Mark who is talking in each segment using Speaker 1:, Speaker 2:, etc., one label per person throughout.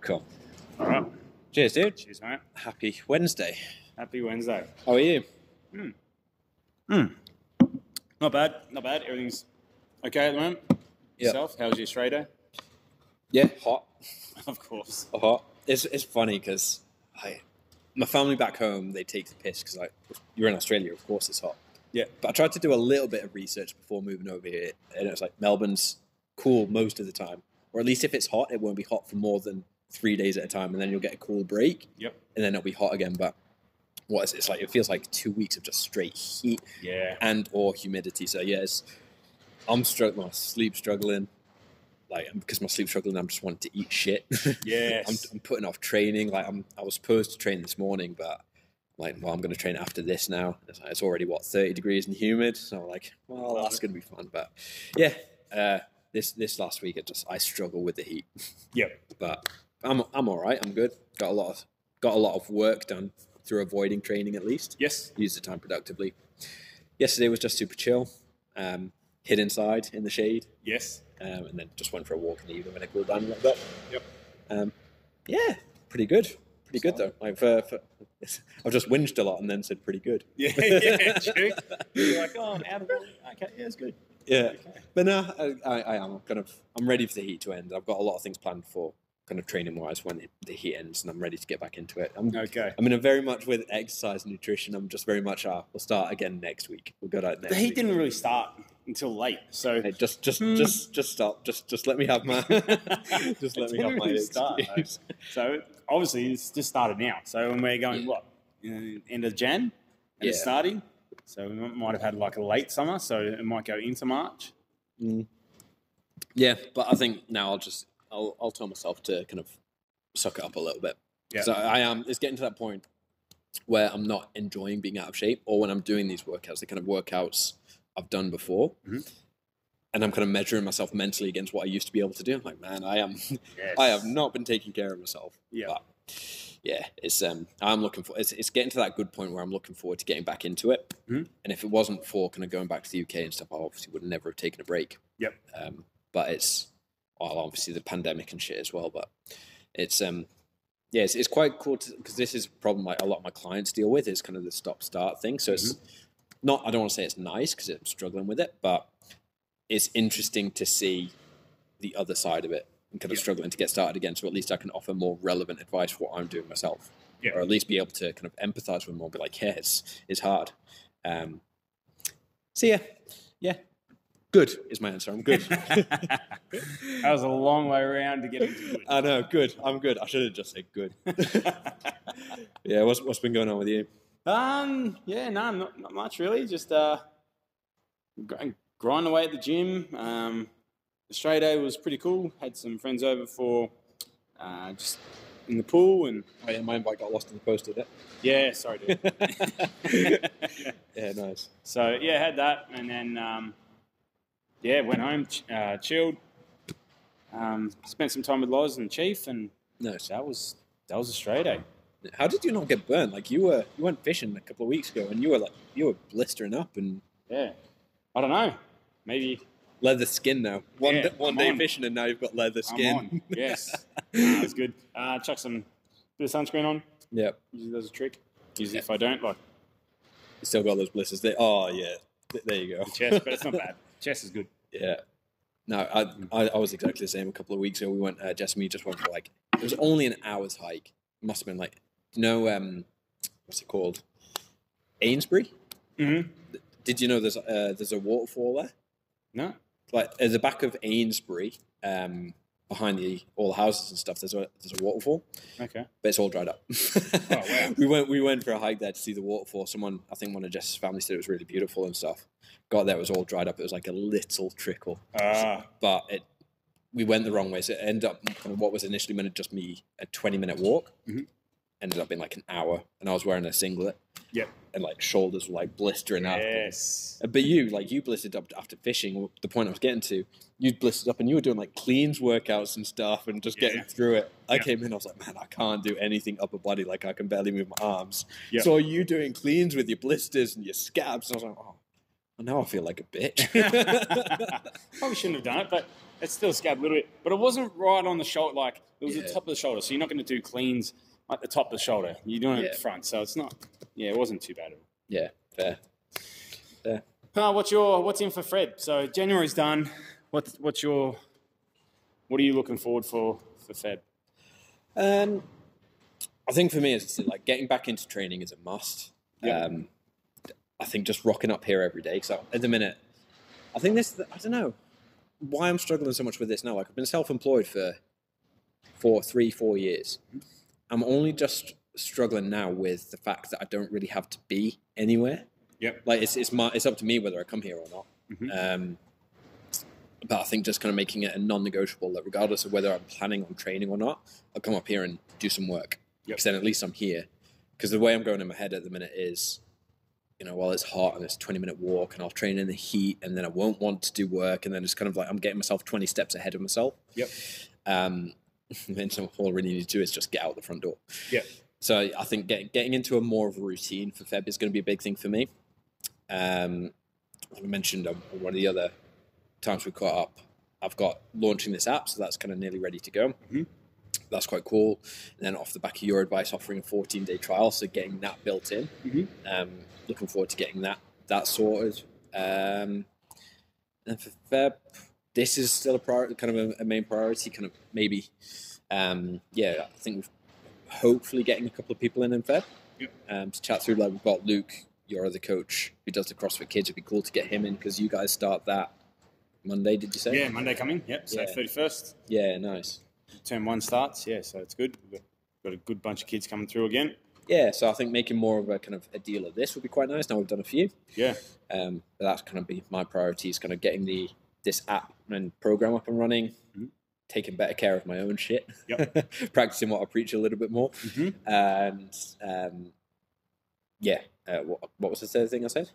Speaker 1: Cool.
Speaker 2: All right.
Speaker 1: Cheers, dude.
Speaker 2: Cheers, mate.
Speaker 1: Happy Wednesday.
Speaker 2: Happy Wednesday.
Speaker 1: How are you?
Speaker 2: Not bad. Not bad. Everything's okay at the moment.
Speaker 1: Yeah.
Speaker 2: Yourself? How's your stray day?
Speaker 1: Yeah, hot.
Speaker 2: Of course.
Speaker 1: hot. It's it's funny because I, my family back home, they take the piss because like if you're in Australia, of course it's hot.
Speaker 2: Yeah.
Speaker 1: But I tried to do a little bit of research before moving over here, and it's like Melbourne's cool most of the time, or at least if it's hot, it won't be hot for more than three days at a time, and then you'll get a cool break,
Speaker 2: Yep.
Speaker 1: and then it'll be hot again. But what is it? it's like? It feels like two weeks of just straight heat
Speaker 2: Yeah.
Speaker 1: and or humidity. So yeah, it's, I'm struggling, my sleep struggling. Like because my sleep struggling, I'm just wanting to eat shit.
Speaker 2: Yes.
Speaker 1: I'm, I'm putting off training. Like I'm, I was supposed to train this morning, but like, well, I'm going to train after this now. It's, like, it's already what 30 degrees and humid, so I'm like, well,
Speaker 2: Love
Speaker 1: that's
Speaker 2: it.
Speaker 1: going to be fun. But yeah, uh, this this last week, it just I struggle with the heat,
Speaker 2: Yep.
Speaker 1: but I'm I'm all right. I'm good. Got a lot of got a lot of work done through avoiding training at least
Speaker 2: Yes.
Speaker 1: use the time productively. Yesterday was just super chill. Um, hid inside in the shade,
Speaker 2: Yes.
Speaker 1: um, and then just went for a walk in the evening when it cooled down a little bit.
Speaker 2: Yep.
Speaker 1: Um, yeah, pretty good. Pretty good though. Like for, for, I've just whinged a lot and then said pretty good.
Speaker 2: Yeah. yeah. True. You're like, oh, I'm out of it. Okay. Yeah, it's good.
Speaker 1: Yeah,
Speaker 2: Okay.
Speaker 1: but no, I, I, I am kind of I'm ready for the heat to end. I've got a lot of things planned for kind of training wise when the heat ends, and I'm ready to get back into it. I'm
Speaker 2: Okay.
Speaker 1: I mean, I'm very much with exercise and nutrition. I'm just very much, ah, we'll start again next week. We'll go out next
Speaker 2: The heat
Speaker 1: week.
Speaker 2: didn't really start until late, so
Speaker 1: Hey, just, just,
Speaker 2: Hmm.
Speaker 1: just, just stop. Just, just let me have my. just let me have
Speaker 2: Didn't
Speaker 1: my
Speaker 2: really start, though.
Speaker 1: excuse.
Speaker 2: so obviously it's just started now. So when we're going
Speaker 1: Yeah.
Speaker 2: what in end of Jan, and it's
Speaker 1: Yeah.
Speaker 2: starting. So we might have had like a late summer, so it might go into March.
Speaker 1: Yeah, but I think now I'll just, I'll, I'll tell myself to kind of suck it up a little bit.
Speaker 2: Yeah.
Speaker 1: So I am. It's getting to that point where I'm not enjoying being out of shape, or when I'm doing these workouts, the kind of workouts I've done before.
Speaker 2: Mhm.
Speaker 1: And I'm kind of measuring myself mentally against what I used to be able to do. I'm like, man, I am,
Speaker 2: Yes.
Speaker 1: I have not been taking care of myself.
Speaker 2: Yeah.
Speaker 1: but yeah, it's um, I'm looking for it's, it's getting to that good point where I'm looking forward to getting back into it.
Speaker 2: Mhm.
Speaker 1: And if it wasn't for kind of going back to the UK and stuff, I obviously would never have taken a break.
Speaker 2: Yep.
Speaker 1: Um, but it's well, obviously the pandemic and shit as well. But it's um, yeah, it's, it's quite cool because this is a problem like a lot of my clients deal with is kind of the stop start thing. So it's
Speaker 2: Mm-hmm.
Speaker 1: not I don't want to say it's nice because I'm struggling with it, but it's interesting to see the other side of it and kind of
Speaker 2: Yeah.
Speaker 1: struggling to get started again. So at least I can offer more relevant advice for what I'm doing myself,
Speaker 2: Yeah.
Speaker 1: or at least be able to kind of empathize with more, and be like, yeah, it's it's hard. Um, so yeah, yeah, good is my answer. I'm good.
Speaker 2: that was a long way around to get into it.
Speaker 1: I know, good. I'm good. I should have just said good. yeah, what's what's been going on with you?
Speaker 2: Um, yeah, no, not, not much really. Just uh, gr- grind away at the gym. Um, Australia Day was pretty cool. Had some friends over for uh, just in the pool and
Speaker 1: Oh, yeah, my invite got lost in the post, did
Speaker 2: yeah, sorry, dude.
Speaker 1: it? yeah, nice.
Speaker 2: so yeah, had that and then um, yeah, went home, ch- uh, chilled. Um, spent some time with Loz and Chief, and
Speaker 1: Nice.
Speaker 2: that was that was Australia Day.
Speaker 1: How did you not get burned? Like you were, you went fishing a couple of weeks ago, and you were like, you were blistering up and
Speaker 2: Yeah, I don't know, maybe
Speaker 1: leather skin now. One
Speaker 2: Yeah,
Speaker 1: day, one
Speaker 2: I'm
Speaker 1: day
Speaker 2: on.
Speaker 1: fishing, and now you've got leather
Speaker 2: I'm
Speaker 1: skin.
Speaker 2: on. Yes, that's good. Uh, chuck some bit of sunscreen on.
Speaker 1: Yep,
Speaker 2: Usually does a trick. Usually if I don't, like
Speaker 1: still got those blisters. There. Oh yeah, Th- there you go.
Speaker 2: the chest, but it's not bad. Chest is good.
Speaker 1: Yeah. No, I, I I was exactly the same. A couple of weeks ago, we went. Uh, Jess and me just went for like it was only an hour's hike. Must have been like you know um, what's it called? Ainsbury.
Speaker 2: Mm-hmm.
Speaker 1: Did you know there's uh, there's a waterfall there?
Speaker 2: No.
Speaker 1: like at the back of Ainsbury, um, behind the all the houses and stuff, there's a there's a waterfall,
Speaker 2: Okay.
Speaker 1: but it's all dried up.
Speaker 2: wow.
Speaker 1: we went we went for a hike there to see the waterfall. Someone I think one of Jess's family said it was really beautiful and stuff. Got there, it was all dried up. It was like a little trickle,
Speaker 2: Ah.
Speaker 1: but it we went the wrong way, so it ended up kind of what was initially meant to just be a twenty minute walk
Speaker 2: Mhm.
Speaker 1: ended up being like an hour, and I was wearing a singlet.
Speaker 2: Yep.
Speaker 1: And like shoulders were like blistering after.
Speaker 2: yes.
Speaker 1: Uh, But you, like, you blistered up after fishing. The point I was getting to, you blistered up and you were doing like cleans workouts and stuff and just getting
Speaker 2: Yeah.
Speaker 1: through it. I
Speaker 2: Yeah.
Speaker 1: came in, I was like, man, I can't do anything upper body. Like, I can barely move my arms.
Speaker 2: Yeah.
Speaker 1: So you doing cleans with your blisters and your scabs. And I was like, oh, now I feel like a bitch.
Speaker 2: Probably shouldn't have done it, but it still scabbed a little bit. But it wasn't right on the shoulder. Like it was
Speaker 1: Yeah.
Speaker 2: the top of the shoulder, so you're not going to do cleans at the top of the shoulder. You're doing it
Speaker 1: Yeah.
Speaker 2: up front, so it's not. Yeah, it wasn't too bad. at all.
Speaker 1: yeah, fair.
Speaker 2: Uh, what's your what's in for Fred? So January's done. What's what's your what are you looking forward for for Feb?
Speaker 1: Um, I think for me, it's like getting back into training is a must.
Speaker 2: Yeah.
Speaker 1: Um, I think just rocking up here every day. Because at the minute, I think this, I don't know why I'm struggling so much with this now. Like, I've been self employed for four, three, four years. I'm only just struggling now with the fact that I don't really have to be anywhere.
Speaker 2: Yep.
Speaker 1: Like, it's, it's, my, it's up to me whether I come here or not.
Speaker 2: Mm-hmm.
Speaker 1: Um, but I think just kind of making it a non-negotiable that regardless of whether I'm planning on training or not, I'll come up here and do some work.
Speaker 2: Yep.
Speaker 1: Because then at least I'm here. Because the way I'm going in my head at the minute is, you know, well it's hot and it's a 20 minute walk and I'll train in the heat and then I won't want to do work and then it's kind of like I'm getting myself 20 steps ahead of myself.
Speaker 2: Yep.
Speaker 1: Um, then so all I really need to do is just get out the front door.
Speaker 2: Yep.
Speaker 1: So I- I think get, getting into a more of a routine for Feb is going to be a big thing for me. Um, like I mentioned on on one of the other times we caught up, I've got launching this app, so that's kind of nearly ready to go.
Speaker 2: Mhm.
Speaker 1: That's quite cool. And then off the back of your advice, offering a 14 day trial, so getting that built in.
Speaker 2: Mhm.
Speaker 1: Um, looking forward to getting that that sorted. Um, and for Feb, this is still a priority, kind of a, a main priority. Kind of maybe, um, yeah. I think we've hopefully getting a couple of people in in Feb
Speaker 2: Yep.
Speaker 1: um, to chat through. Like we've got Luke, your other coach, who does the CrossFit Kids. It'd be cool to get him in because you guys start that Monday. Did you say?
Speaker 2: Yeah, Monday coming. Yep. So
Speaker 1: Yeah.
Speaker 2: thirty first,
Speaker 1: Yeah, nice.
Speaker 2: term one starts. Yeah, so it's good. We've got- got a good bunch of kids coming through again.
Speaker 1: Yeah, so I think making more of a kind of a deal of this would be quite nice. Now we've done a few.
Speaker 2: Yeah.
Speaker 1: Um, but that's kind of be my priority is kind of getting the this app and program up and running,
Speaker 2: Mhm.
Speaker 1: taking better care of my own shit, practicing what I preach a little bit more,
Speaker 2: Mhm.
Speaker 1: and um, yeah, uh, what, what was the third thing I said?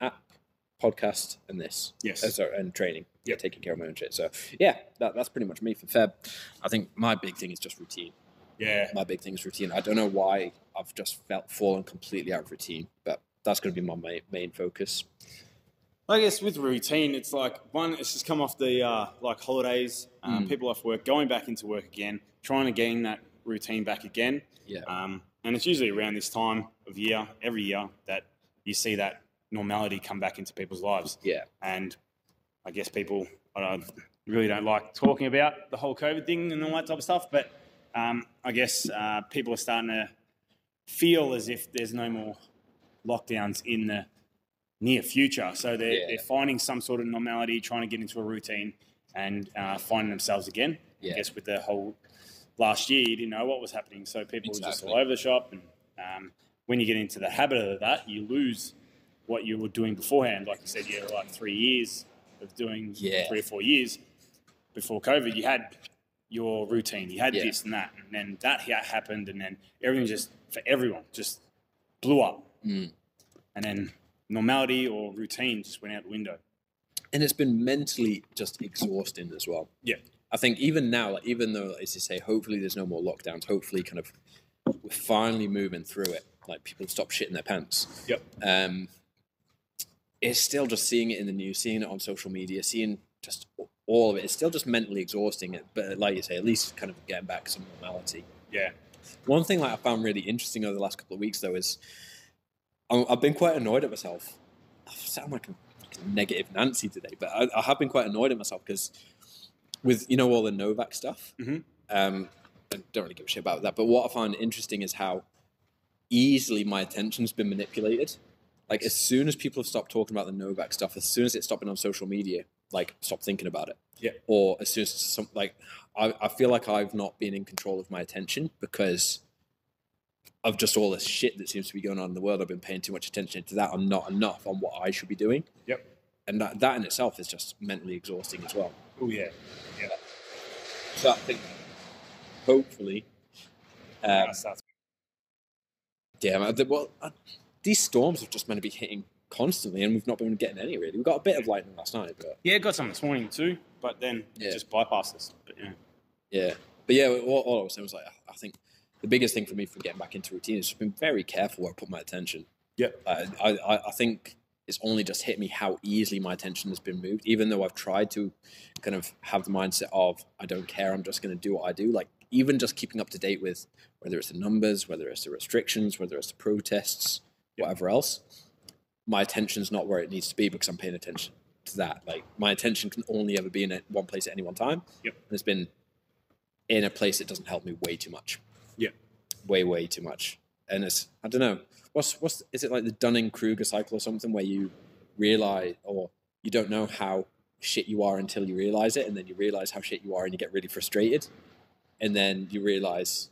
Speaker 1: App, podcast, and this.
Speaker 2: Yes.
Speaker 1: Uh, sorry, and training. Yeah,
Speaker 2: Yep.
Speaker 1: taking care of my own shit. So yeah, that, that's pretty much me for Feb. I think my big thing is just routine
Speaker 2: Yeah.
Speaker 1: my big thing is routine. I don't know why I've just felt fallen completely out of routine, but that's going to be my main, main focus.
Speaker 2: I guess with routine, it's like one, it's just come off the uh, like holidays, um,
Speaker 1: Mm.
Speaker 2: people off work, going back into work again, trying to gain that routine back again.
Speaker 1: Yeah.
Speaker 2: Um, and it's usually around this time of year, every year, that you see that normality come back into people's lives.
Speaker 1: Yeah.
Speaker 2: And I guess people I don't, really don't like talking about the whole COVID thing and all that type of stuff, but um, I guess uh, people are starting to feel as if there's no more lockdowns in the near future. So they're,
Speaker 1: Yeah.
Speaker 2: they're finding some sort of normality, trying to get into a routine and uh, finding themselves again.
Speaker 1: Yeah.
Speaker 2: I guess with the whole last year, you didn't know what was happening. So people were just
Speaker 1: Exactly.
Speaker 2: all over the shop. And um, when you get into the habit of that, you lose what you were doing beforehand. Like you said, you had like three years of doing
Speaker 1: Yeah.
Speaker 2: three or four years before COVID. You had your routine, you had
Speaker 1: Yeah.
Speaker 2: this and that. And then that ha- happened. And then everything just, for everyone, just blew up.
Speaker 1: Mm.
Speaker 2: And then normality or routine just went out the window.
Speaker 1: And it's been mentally just exhausting as well.
Speaker 2: Yeah.
Speaker 1: I think even now, like, even though, as you say, hopefully there's no more lockdowns, hopefully kind of we're finally moving through it, like people stop shitting their pants.
Speaker 2: Yep.
Speaker 1: Um, it's still just seeing it in the news, seeing it on social media, seeing just all of it. It's still just mentally exhausting, but like you say, at least kind of getting back some normality.
Speaker 2: Yeah.
Speaker 1: One thing that I found really interesting over the last couple of weeks, though, is I- I've been quite annoyed at myself. I sound like a fucking negative Nancy today, but I, I have been quite annoyed at myself because with you know all the Novak stuff,
Speaker 2: Mhm.
Speaker 1: um, I don't really give a shit about that. But what I find interesting is how easily my attention's been manipulated. Like as soon as people have stopped talking about the Novak stuff, as soon as it's stopping on social media, like stop thinking about it.
Speaker 2: Yeah.
Speaker 1: Or as soon as some like I, I feel like I've not been in control of my attention because of just all this shit that seems to be going on in the world. I've been paying too much attention to that. I'm not enough on what I should be doing.
Speaker 2: Yep.
Speaker 1: And that, that in itself is just mentally exhausting as well.
Speaker 2: Oh, yeah.
Speaker 1: So I think hopefully, um,
Speaker 2: That stuff.
Speaker 1: damn, I, did- well, I, these storms have just meant to be hitting constantly, and we've not been getting any really. We got a bit of lightning last night, but
Speaker 2: Yeah, got some this morning too, but then
Speaker 1: Yeah.
Speaker 2: it just bypassed us. But yeah.
Speaker 1: Yeah, but yeah, all, all I was saying was like, I think the biggest thing for me for getting back into routine is just been very careful where I put my attention.
Speaker 2: Yep.
Speaker 1: I, I, I- I think it's only just hit me how easily my attention has been moved, even though I've tried to kind of have the mindset of I don't care, I'm just going to do what I do. Like even just keeping up to date with whether it's the numbers, whether it's the restrictions, whether it's the protests, whatever else, my attention's not where it needs to be because I'm paying attention to that. Like my attention can only ever be in a- one place at any one time,
Speaker 3: Yep.
Speaker 1: and it's been in a place that doesn't help me way too much
Speaker 3: Yeah.
Speaker 1: way way too much and it's i don't know what's what's is it like the dunning-kruger cycle or something where you realize or you don't know how shit you are until you realize it and then you realize how shit you are and you get really frustrated and then you realize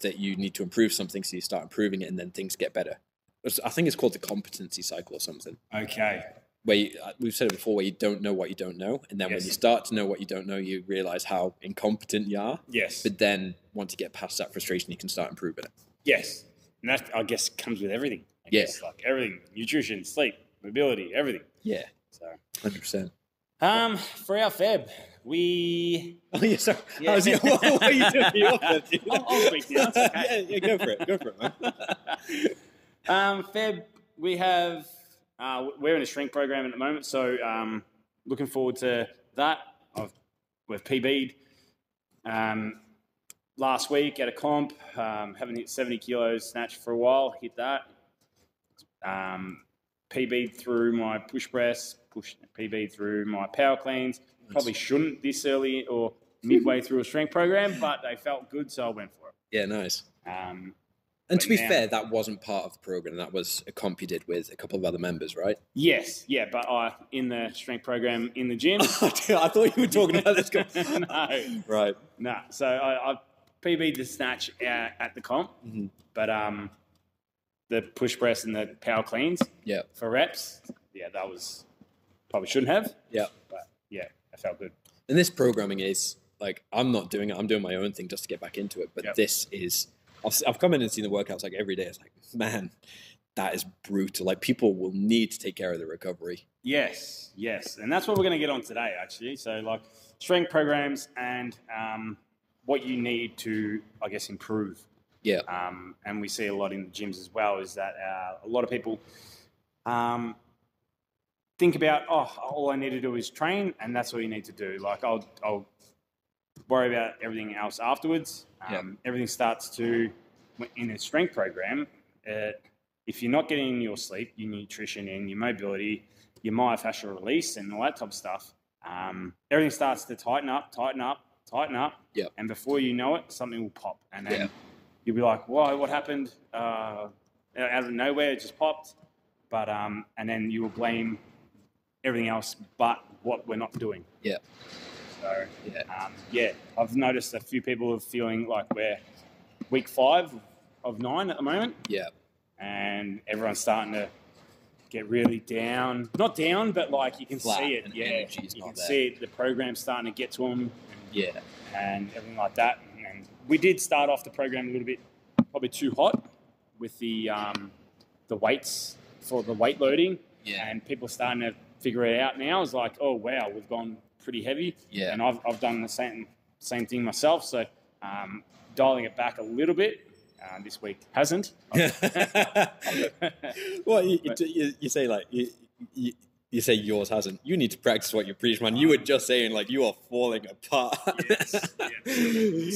Speaker 1: that you need to improve something so you start improving it and then things get better It's- i think it's called the competency cycle or something
Speaker 3: Okay.
Speaker 1: where you, uh, we've said it before where you don't know what you don't know and then when
Speaker 3: Yes.
Speaker 1: you start to know what you don't know you realize how incompetent you are
Speaker 3: Yes.
Speaker 1: but then once you get past that frustration you can start improving it
Speaker 3: Yes. And that, I guess, comes with everything. I
Speaker 1: Yeah.
Speaker 3: guess, like everything nutrition, sleep, mobility, everything.
Speaker 1: yeah
Speaker 3: So,
Speaker 1: 100%.
Speaker 2: Um, for our Feb, we
Speaker 1: Oh, yeah, sorry.
Speaker 2: Yeah.
Speaker 1: I was- yeah, what, what you took me off there, dude.
Speaker 3: I'll- I'll speak now, it's okay.
Speaker 1: yeah, yeah, go for it. Go for it, man.
Speaker 2: um, Feb, we have uh, we're in a shrink program at the moment, so um, looking forward to that. I've, we've PB'd um, last week at a comp, um, haven't hit 70 kilos snatch for a while, hit that. Um, PB'd through my push press, push PB'd through my power cleans. Probably shouldn't this early or midway through a strength program, but they felt good, so I went for it.
Speaker 1: Yeah, nice.
Speaker 2: Um,
Speaker 1: And to
Speaker 2: But
Speaker 1: be
Speaker 2: now-
Speaker 1: fair, that wasn't part of the program. That was a comp you did with a couple of other members, right?
Speaker 2: Yes, yeah, but I in the strength program in the gym.
Speaker 1: I thought you were talking about this. comp.
Speaker 2: no,
Speaker 1: Right.
Speaker 2: no. So I, I PB'd the snatch uh, at the comp,
Speaker 1: Mhm.
Speaker 2: but um, the push press and the power cleans
Speaker 1: Yeah.
Speaker 2: for reps. Yeah, that was probably shouldn't have,
Speaker 1: Yeah.
Speaker 2: but yeah, I felt good.
Speaker 1: And this programming is like, I'm not doing it. I'm doing my own thing just to get back into it. But
Speaker 3: Yep.
Speaker 1: this is, I've, s- I've come in and seen the workouts like every day. It's like, man, that is brutal. Like, people will need to take care of the recovery.
Speaker 2: Yes, yes, and that's what we're going to get on today, actually. So like strength programs and um, what you need to, I guess, improve
Speaker 1: Yeah.
Speaker 2: um, and we see a lot in the gyms as well, is that uh, a lot of people um, think about, oh, all I need to do is train, and that's all you need to do. Like, I'll, I'll worry about everything else afterwards. Um,
Speaker 1: Yeah.
Speaker 2: Everything starts to, in a strength program, uh, if you're not getting your sleep, your nutrition, and your mobility, your myofascial release, and all that type of stuff, um, everything starts to tighten up, tighten up, tighten up.
Speaker 1: Yeah.
Speaker 2: And before you know it, something will pop. And then
Speaker 1: Yeah.
Speaker 2: you'll be like, whoa, what happened? Uh, out of nowhere, it just popped. But um, and then you will blame everything else but what we're not doing.
Speaker 1: Yeah.
Speaker 2: So
Speaker 1: Yeah.
Speaker 2: um, yeah, I've noticed a few people are feeling like we're week five of nine at the moment,
Speaker 1: Yeah.
Speaker 2: and everyone's starting to get really down. Not down, but like you can
Speaker 1: Flat
Speaker 2: see it.
Speaker 1: and
Speaker 2: Yeah,
Speaker 1: energy's
Speaker 2: you
Speaker 1: not
Speaker 2: can
Speaker 1: there.
Speaker 2: see it. The program's starting to get to them
Speaker 1: Yeah.
Speaker 2: and everything like that. And we did start off the program a little bit, probably too hot with the um, the weights for the weight loading,
Speaker 1: Yeah.
Speaker 2: and people are starting to figure it out now. It's like, oh wow, we've gone pretty heavy,
Speaker 1: Yeah.
Speaker 2: and I've, I've done the same same thing myself. So um, dialing it back a little bit. Uh, this week hasn't.
Speaker 1: well, you, you, you, you say like you, you, you say yours hasn't. You need to practice what you preach, man. You were just saying like you are falling apart.
Speaker 2: Ah. Yes,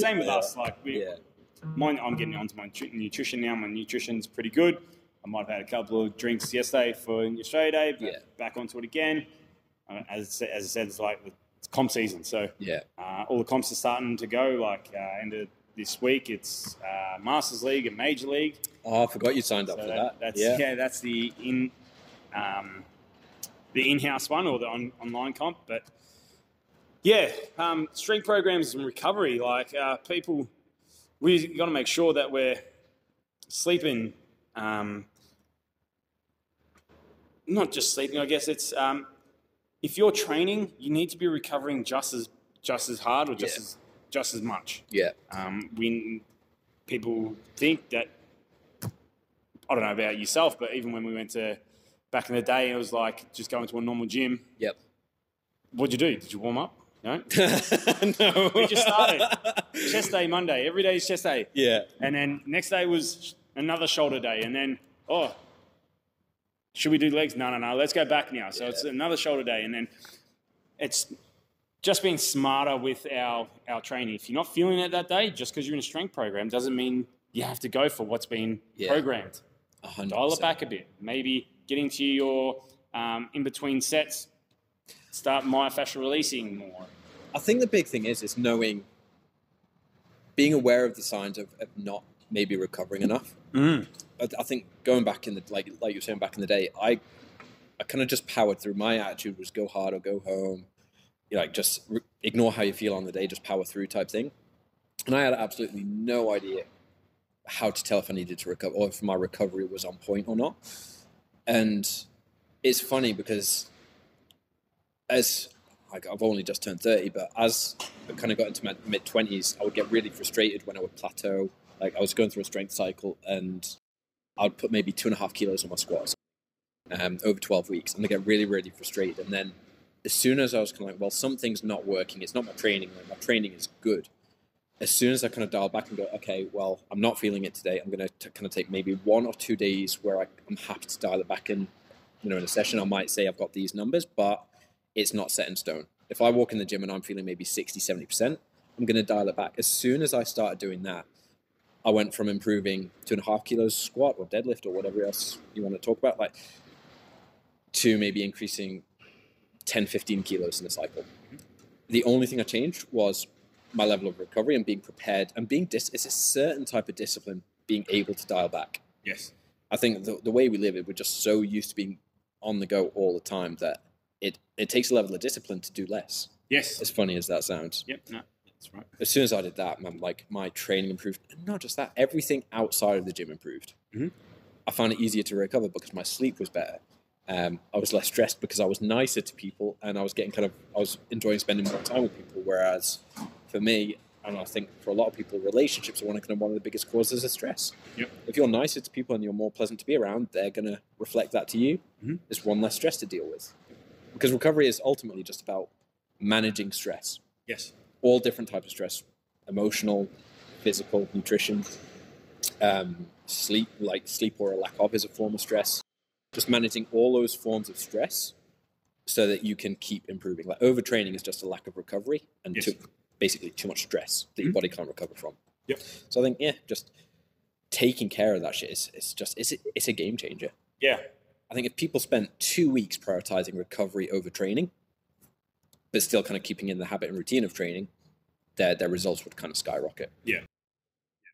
Speaker 2: Same with
Speaker 1: Yeah.
Speaker 2: us. Like we,
Speaker 1: Yeah,
Speaker 2: mine, I'm getting onto my nutri- nutrition now. My nutrition's pretty good. I might have had a couple of drinks yesterday for an Australia Day, but
Speaker 1: Yeah.
Speaker 2: back onto it again. Uh, as, I said- as I said, it's like it's comp season, so
Speaker 1: yeah,
Speaker 2: uh, all the comps are starting to go. Like uh, end of this week, it's uh, Masters League and Major League.
Speaker 1: Oh, I forgot you signed up
Speaker 2: So
Speaker 1: for that.
Speaker 2: that- That's yeah.
Speaker 1: yeah.
Speaker 2: that's the in um, the in-house one or the on, online comp, but yeah, um, strength programs and recovery. Like uh, people, we got to make sure that we're sleeping. Um, not just sleeping, I guess it's um, if you're training, you need to be recovering just as just as hard or just
Speaker 1: Yeah.
Speaker 2: as just as much.
Speaker 1: yeah,
Speaker 2: Um, when people think that, I don't know about yourself, but even when we went to back in the day, it was like just going to a normal gym.
Speaker 1: yep.
Speaker 2: What'd you do? Did you warm up? No.
Speaker 1: no,
Speaker 2: We just started. chest day Monday. Every day is chest day.
Speaker 1: Yeah,
Speaker 2: And then next day was another shoulder day. And then, oh,
Speaker 3: Should we do legs? No, no, no. Let's go back now. So it's another shoulder day, and then it's just being smarter with our our training. If you're not feeling it that day, just because you're in a strength program doesn't mean you have to go for what's been
Speaker 1: Yeah.
Speaker 3: programmed.
Speaker 1: A hundred
Speaker 3: Dial it
Speaker 1: percent.
Speaker 3: back a bit. Maybe get into your um, in between sets. Start myofascial releasing more.
Speaker 1: I think the big thing is is knowing, being aware of the signs of, of not maybe recovering enough. I, I think going back in the like like you were saying back in the day, I I kind of just powered through. My attitude was go hard or go home. You know, like just re- ignore how you feel on the day, just power through type thing. And I had absolutely no idea how to tell if I needed to recover or if my recovery was on point or not. And it's funny because as like I've only just turned 30, but as I kind of got into my mid 20s, I would get really frustrated when I would plateau. Like I was going through a strength cycle and I'd put maybe two and a half kilos on my squats um, over 12 weeks and I get really, really frustrated. And then as soon as I was kind of like, well, something's not working, it's not my training, like my training is good. As soon as I kind of dial back and go, okay, well, I'm not feeling it today. I'm going to kind of take maybe one or two days where I, I'm happy to dial it back in. You know, in a session, I might say I've got these numbers, but it's not set in stone. If I walk in the gym and I'm feeling maybe 60, 70%, I'm going to dial it back. As soon as I started doing that, I went from improving two and a half kilos squat or deadlift or whatever else you want to talk about, like to maybe increasing 10, 15 kilos in a cycle. The only thing I changed was my level of recovery and being prepared and being dis- it's a certain type of discipline being able to dial back.
Speaker 3: Yes.
Speaker 1: I think the, the way we live it, we're just so used to being on the go all the time that it, it takes a level of discipline to do less.
Speaker 3: Yes.
Speaker 1: As funny as that sounds.
Speaker 3: Yep. No, that's right.
Speaker 1: As soon as I did that, man, like my training improved. And not just that, everything outside of the gym improved.
Speaker 3: Mhm.
Speaker 1: I found it easier to recover because my sleep was better. Um, I was less stressed because I was nicer to people and I was getting kind of, I was enjoying spending more time with people. Whereas for me, and I think for a lot of people, relationships are one of, kind of one of the biggest causes of stress.
Speaker 3: Yep.
Speaker 1: If you're nicer to people and you're more pleasant to be around, they're going to reflect that to you.
Speaker 3: Mhm.
Speaker 1: It's one less stress to deal with. Because recovery is ultimately just about managing stress
Speaker 3: Yes.
Speaker 1: all different types of stress emotional physical nutrition um, sleep like sleep or a lack of is a form of stress just managing all those forms of stress so that you can keep improving like overtraining is just a lack of recovery and
Speaker 3: Yes.
Speaker 1: too, basically too much stress that your body can't recover from
Speaker 3: Yep.
Speaker 1: so i think yeah just taking care of that shit is it's just it's, a- it's a game changer
Speaker 3: Yeah.
Speaker 1: I think if people spent two weeks prioritizing recovery over training, but still kind of keeping in the habit and routine of training, their their results would kind of skyrocket.
Speaker 3: Yeah.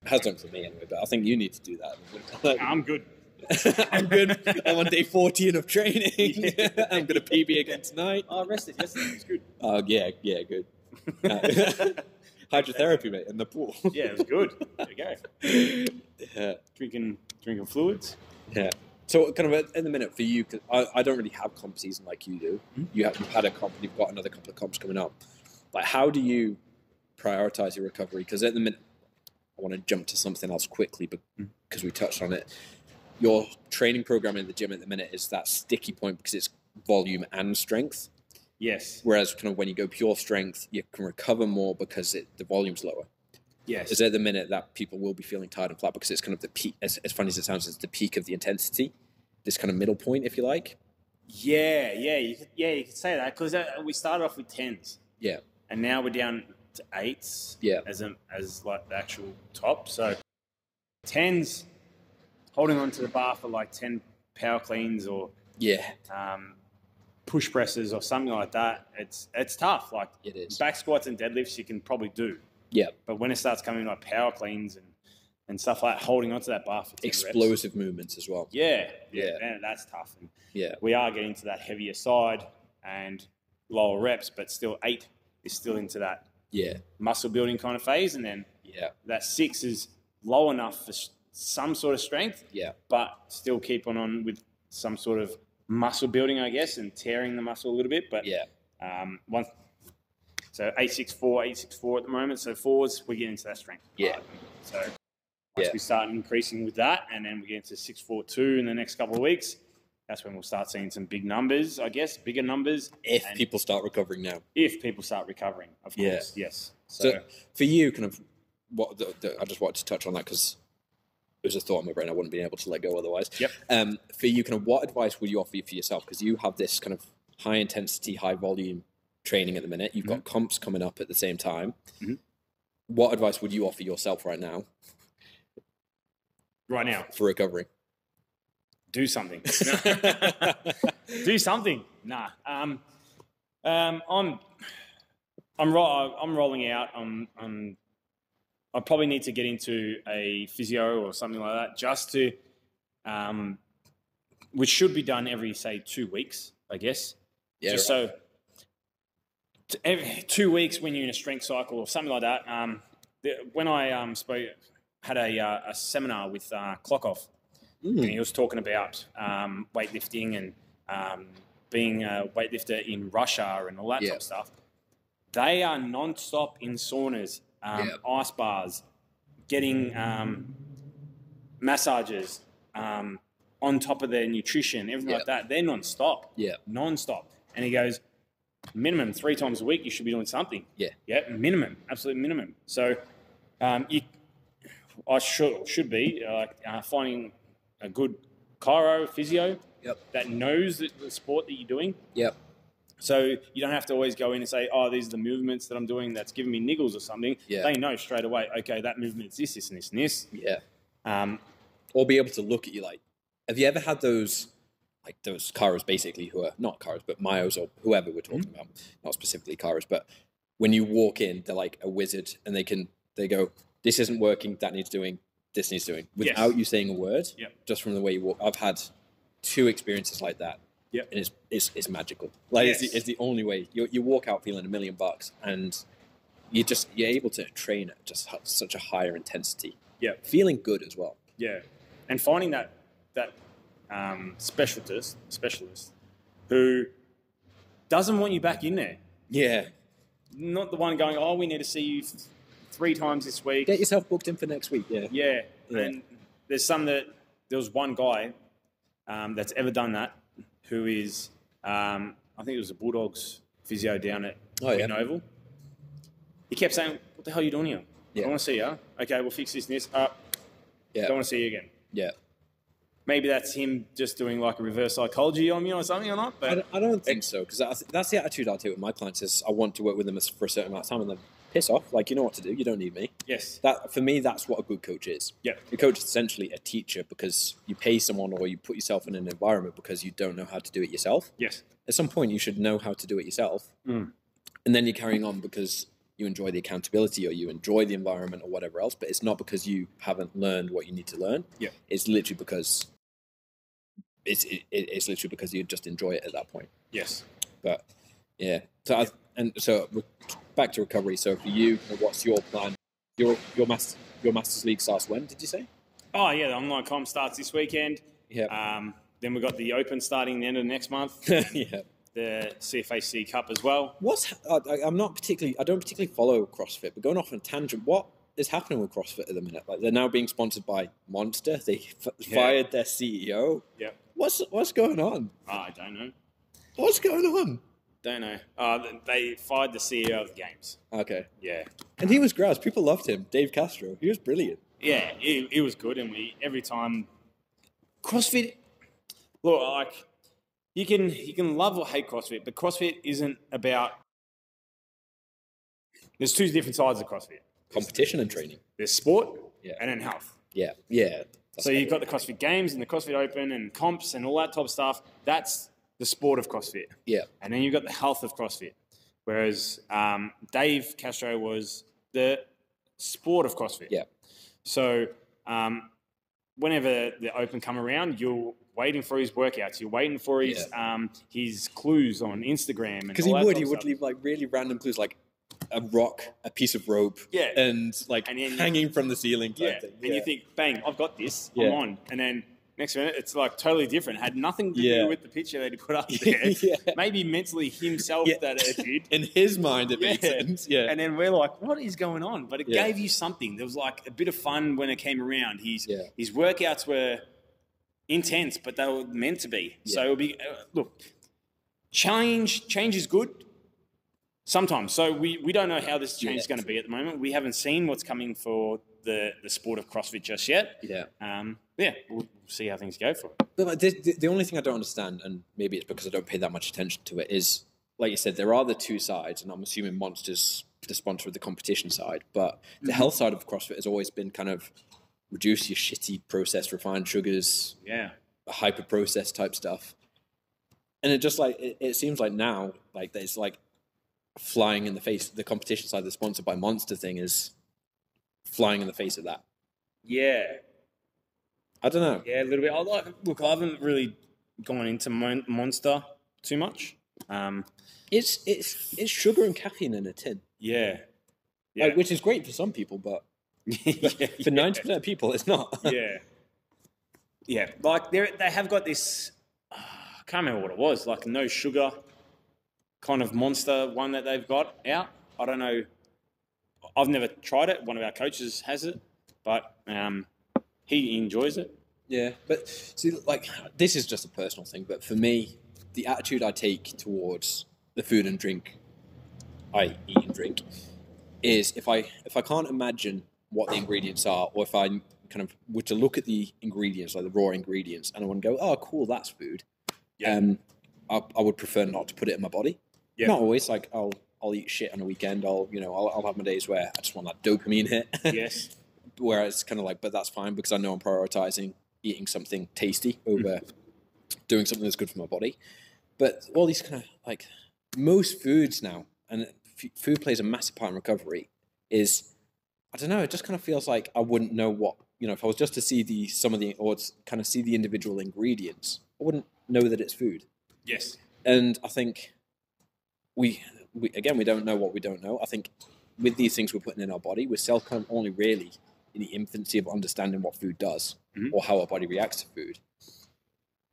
Speaker 1: It has done for me anyway, but I think you need to do
Speaker 2: Ah.
Speaker 1: that.
Speaker 3: I'm good.
Speaker 1: I'm good. I'm on day 14 of training. I'm going to PB again tonight.
Speaker 2: Oh, I rested yesterday. It was good.
Speaker 1: Oh, yeah, yeah, good. Hydrotherapy, mate, in the pool.
Speaker 3: Yeah, it was good. There you go.
Speaker 1: yeah.
Speaker 3: Drinking, drinking fluids.
Speaker 1: Yeah. So, kind of at- in the minute for you, 'cause I, I don't really have comp season like you do. You have you've had a comp, and you've got another couple of comps coming up. Like, how do you prioritize your recovery? Because at the minute, I want to jump to something else quickly, but because we touched on it, your training program in the gym at the minute is that sticky point because it's volume and strength.
Speaker 3: Yes.
Speaker 1: Whereas, kind of when you go pure strength, you can recover more because it, the volume's lower
Speaker 3: Yes.
Speaker 1: is at the minute that people will be feeling tired and flat because it's kind of the peak, as, as funny as it sounds, it's the peak of the intensity, this kind of middle point, if you like.
Speaker 3: Yeah, yeah, you could, yeah, you could say that because we started off with tens,
Speaker 1: Yeah.
Speaker 3: and now we're down to eights.
Speaker 1: Yeah.
Speaker 3: as a, as like the actual top. So tens, holding on to the bar for like ten power cleans or
Speaker 1: Yeah,
Speaker 3: um, push presses or something like that. It's it's tough. Like
Speaker 1: it is.
Speaker 3: back squats and deadlifts, you can probably do,
Speaker 1: Yeah,
Speaker 3: but when it starts coming like power cleans and and stuff like that, holding onto that bar for 10 reps.
Speaker 1: explosive movements as well.
Speaker 3: Yeah, yeah,
Speaker 1: Yeah.
Speaker 3: man, that's tough. And
Speaker 1: Yeah,
Speaker 3: we are getting to that heavier side and lower reps, but still eight is still into that
Speaker 1: yeah,
Speaker 3: muscle building kind of phase. And then
Speaker 1: yeah,
Speaker 3: that six is low enough for s- some sort of strength,
Speaker 1: yeah,
Speaker 3: but still keeping on with some sort of muscle building, I guess, and tearing the muscle a little bit. But
Speaker 1: yeah,
Speaker 3: um, one, so eight six four, eight six four at the moment. So fours, we get into that strength.
Speaker 1: Yeah.
Speaker 3: So once
Speaker 1: Yeah.
Speaker 3: we start increasing with that, and then we get into six four two in the next couple of weeks. That's when we'll start seeing some big numbers, I guess, bigger numbers.
Speaker 1: If
Speaker 3: and
Speaker 1: people start recovering now.
Speaker 3: if people start recovering, of
Speaker 1: Yeah.
Speaker 3: course, yes. So,
Speaker 1: So, for you, kind of, what the, the, I just wanted to touch on that because it was a thought in my brain. I wouldn't be able to let go otherwise.
Speaker 3: Yep.
Speaker 1: Um, for you, kind of, what advice would you offer for yourself? Because you have this kind of high intensity, high volume training at the minute. You've got comps coming up at the same time.
Speaker 3: Mhm.
Speaker 1: What advice would you offer yourself right now
Speaker 3: Right now,
Speaker 1: for recovery?
Speaker 3: do something. do something. Nah. Um, um, I'm, I'm, ro- I'm rolling out. I'm, I'm, I probably need to get into a physio or something like that just to, um, which should be done every, say, two weeks, I guess.
Speaker 1: yeah.
Speaker 3: just so t- every two weeks when you're in a strength cycle or something like that. Um, the, when I um, spoke, had a, uh, a seminar with uh, Clockoff,
Speaker 1: Hmm.
Speaker 3: and he was talking about um, weightlifting and um, being a weightlifter in Russia and all that
Speaker 1: Yeah.
Speaker 3: type of stuff. They are non-stop in saunas, um,
Speaker 1: Yeah.
Speaker 3: ice bars, getting um, massages um, on top of their nutrition, everything like that. They're non-stop
Speaker 1: yeah.
Speaker 3: non-stop. And he goes, minimum three times a week, you should be doing something.
Speaker 1: Yeah.
Speaker 3: Yeah, minimum, absolute minimum. So um, you, I should, should be uh, uh, finding a good chiro, physio
Speaker 1: Yep.
Speaker 3: that knows that the sport that you're doing.
Speaker 1: Yep.
Speaker 3: So you don't have to always go in and say, oh, these are the movements that I'm doing that's giving me niggles or something.
Speaker 1: Yeah.
Speaker 3: They know straight away, okay, that movement's this, this, and this, and this.
Speaker 1: Yeah.
Speaker 3: Um,
Speaker 1: or be able to look at you like have you ever had those like those caras basically who are not caras but myos or whoever we're talking about not specifically caras but when you walk in they're like a wizard and they can they go this isn't working that needs doing this needs doing without you saying a word
Speaker 3: Yep.
Speaker 1: just from the way you walk i've had two experiences like that
Speaker 3: Yep.
Speaker 1: and it's it's, it's magical like it's,
Speaker 3: Yes.
Speaker 1: the, it's the only way you, you walk out feeling a million bucks and you just you're able to train at just hu- such a higher intensity
Speaker 3: Yep.
Speaker 1: feeling good as well
Speaker 3: Yeah, and finding that that um, specialist specialist who doesn't want you back in there.
Speaker 1: yeah
Speaker 3: Not the one going, oh, we need to see you th- three times this week.
Speaker 1: Get yourself booked in for next week. Yeah.
Speaker 3: Yeah,
Speaker 1: Yeah.
Speaker 3: and there's some that there was one guy um, that's ever done that who is um, I think it was the Bulldogs physio down at
Speaker 1: Oh, yeah.
Speaker 3: Witten Oval. He kept saying, "What the hell are you doing here? I
Speaker 1: Yeah.
Speaker 3: don't want to see you. Okay, we'll fix this and this. Uh,
Speaker 1: Yeah.
Speaker 3: Don't want to see you again."
Speaker 1: Yeah.
Speaker 3: maybe that's him just doing like a reverse psychology on you or something or not.
Speaker 1: I
Speaker 3: But
Speaker 1: don't, I don't think so because that's, that's the attitude I take with my clients is I want to work with them as- for a certain amount of time and then piss off. Like you know what to do. You don't need me.
Speaker 3: yes,
Speaker 1: That for me, that's what a good coach is.
Speaker 3: Yeah.
Speaker 1: A coach is essentially a teacher because you pay someone or you put yourself in an environment because you don't know how to do it yourself.
Speaker 3: yes,
Speaker 1: At some point, you should know how to do it yourself,
Speaker 3: Mm.
Speaker 1: and then you're carrying on because you enjoy the accountability or you enjoy the environment or whatever else. But it's not because you haven't learned what you need to learn.
Speaker 3: Yeah.
Speaker 1: it's literally because it's it, it- it's literally because you just enjoy it at that point.
Speaker 3: yes.
Speaker 1: But yeah, so I, and so re- back to recovery. So for you, you know, what's your plan? Your your master your masters league starts when? Did you say?
Speaker 3: Oh yeah, the online comp starts this weekend.
Speaker 1: Yeah,
Speaker 3: Um, then we got the Open starting the end of next month,
Speaker 1: yeah.
Speaker 3: the CFAC Cup as well.
Speaker 1: What's ha- I, I- I'm not particularly I don't particularly follow CrossFit, but going off on a tangent, what is happening with CrossFit at the minute? Like they're now being sponsored by Monster. They f-
Speaker 3: Yeah.
Speaker 1: fired their CEO.
Speaker 3: Yeah,
Speaker 1: What's what's going on?
Speaker 3: Ah, I don't know,
Speaker 1: What's going on?
Speaker 3: don't know. Uh, th- they fired the CEO of the games.
Speaker 1: Okay,
Speaker 3: Yeah,
Speaker 1: and he was grouse. People loved him. Dave Castro. He was brilliant.
Speaker 3: yeah, it, it was good, and we every time CrossFit. Look, like you can you can love or hate CrossFit, but CrossFit isn't about. There's two different sides of CrossFit.
Speaker 1: Competition and training.
Speaker 3: There's sport
Speaker 1: Yeah.
Speaker 3: and then health.
Speaker 1: Yeah, yeah.
Speaker 3: so you've got the CrossFit Games and the CrossFit Open and comps and all that type of stuff. That's the sport of CrossFit.
Speaker 1: yeah,
Speaker 3: And then you've got the health of CrossFit. Whereas um, Dave Castro was the sport of CrossFit.
Speaker 1: yeah,
Speaker 3: So um, whenever the Open come around, you're waiting for his workouts. You're waiting for his um, his clues on Instagram. and
Speaker 1: because he
Speaker 3: all that
Speaker 1: would
Speaker 3: type
Speaker 1: he
Speaker 3: of
Speaker 1: would
Speaker 3: stuff.
Speaker 1: leave like really random clues like a rock, a piece of rope,
Speaker 3: Yeah.
Speaker 1: and like
Speaker 3: And then you-
Speaker 1: hanging from the ceiling. Type
Speaker 3: Yeah.
Speaker 1: thing.
Speaker 3: And you think, bang, I've got this.
Speaker 1: Yeah.
Speaker 3: I'm on. And then next minute, it's like totally different. Had nothing to
Speaker 1: Yeah.
Speaker 3: do with the picture that he put up there.
Speaker 1: Yeah.
Speaker 3: Maybe mentally himself
Speaker 1: Yeah.
Speaker 3: that it did.
Speaker 1: in his mind it made
Speaker 3: Yeah.
Speaker 1: sense. Yeah,
Speaker 3: And then we're like, what is going on? But it
Speaker 1: Yeah.
Speaker 3: gave you something. There was like a bit of fun when it came around. His,
Speaker 1: Yeah.
Speaker 3: his workouts were intense, but they were meant to be. So
Speaker 1: Yeah.
Speaker 3: it'll be, uh, look, change, change is good. Sometimes. So we, we don't know how this change is
Speaker 1: Yeah.
Speaker 3: going to be at the moment. We haven't seen what's coming for the, the sport of CrossFit just yet.
Speaker 1: Yeah.
Speaker 3: Um, yeah, we'll see how things go for it.
Speaker 1: But like, the, the, the only thing I don't understand, and maybe it's because I don't pay that much attention to it, is like you said, there are the two sides, and I'm assuming Monsters the sponsor of the competition side, but the health side of CrossFit has always been kind of reduce your shitty processed refined sugars,
Speaker 3: Yeah.
Speaker 1: hyper processed type stuff. And it just like it, it seems like now, like that it's like flying in the face. The competition side, the sponsored by Monster thing, is flying in the face of that.
Speaker 3: Yeah.
Speaker 1: I don't know.
Speaker 3: Yeah, a little bit. I like, look, I haven't really gone into mon- Monster too much. Um,
Speaker 1: It's it's it's sugar and caffeine in a tin,
Speaker 3: yeah.
Speaker 1: like,
Speaker 3: Yeah.
Speaker 1: which is great for some people, but for ninety percent of people, it's not.
Speaker 3: yeah, yeah. Like they they have got this. ah, I can't remember what it was. Like no sugar, kind of monster one that they've got out. I don't know. I've never tried it. One of our coaches has it, but um, he enjoys it.
Speaker 1: Yeah, but see, like, this is just a personal thing, but for me, the attitude I take towards the food and drink I eat and drink is if I if I can't imagine what the ingredients are, or if I kind of were to look at the ingredients, like the raw ingredients, and I want to go, oh, cool, that's food.
Speaker 3: Yeah.
Speaker 1: Um, I, I would prefer not to put it in my body.
Speaker 3: Yeah.
Speaker 1: Not always. Like I'll I'll eat shit on a weekend. I'll you know I'll, I'll have my days where I just want that dopamine hit.
Speaker 3: Yes.
Speaker 1: where it's kind of like, but that's fine because I know I'm prioritizing eating something tasty over doing something that's good for my body. But all these kind of like most foods now, and f- food plays a massive part in recovery, is I don't know, it just kind of feels like I wouldn't know what, you know, if I was just to see the some of the, or to kind of see the individual ingredients, I wouldn't know that it's food
Speaker 3: Yes.
Speaker 1: and I think we, we again we don't know what we don't know. I think with these things we're putting in our body, we're still kind of only really in the infancy of understanding what food does or how our body reacts to food.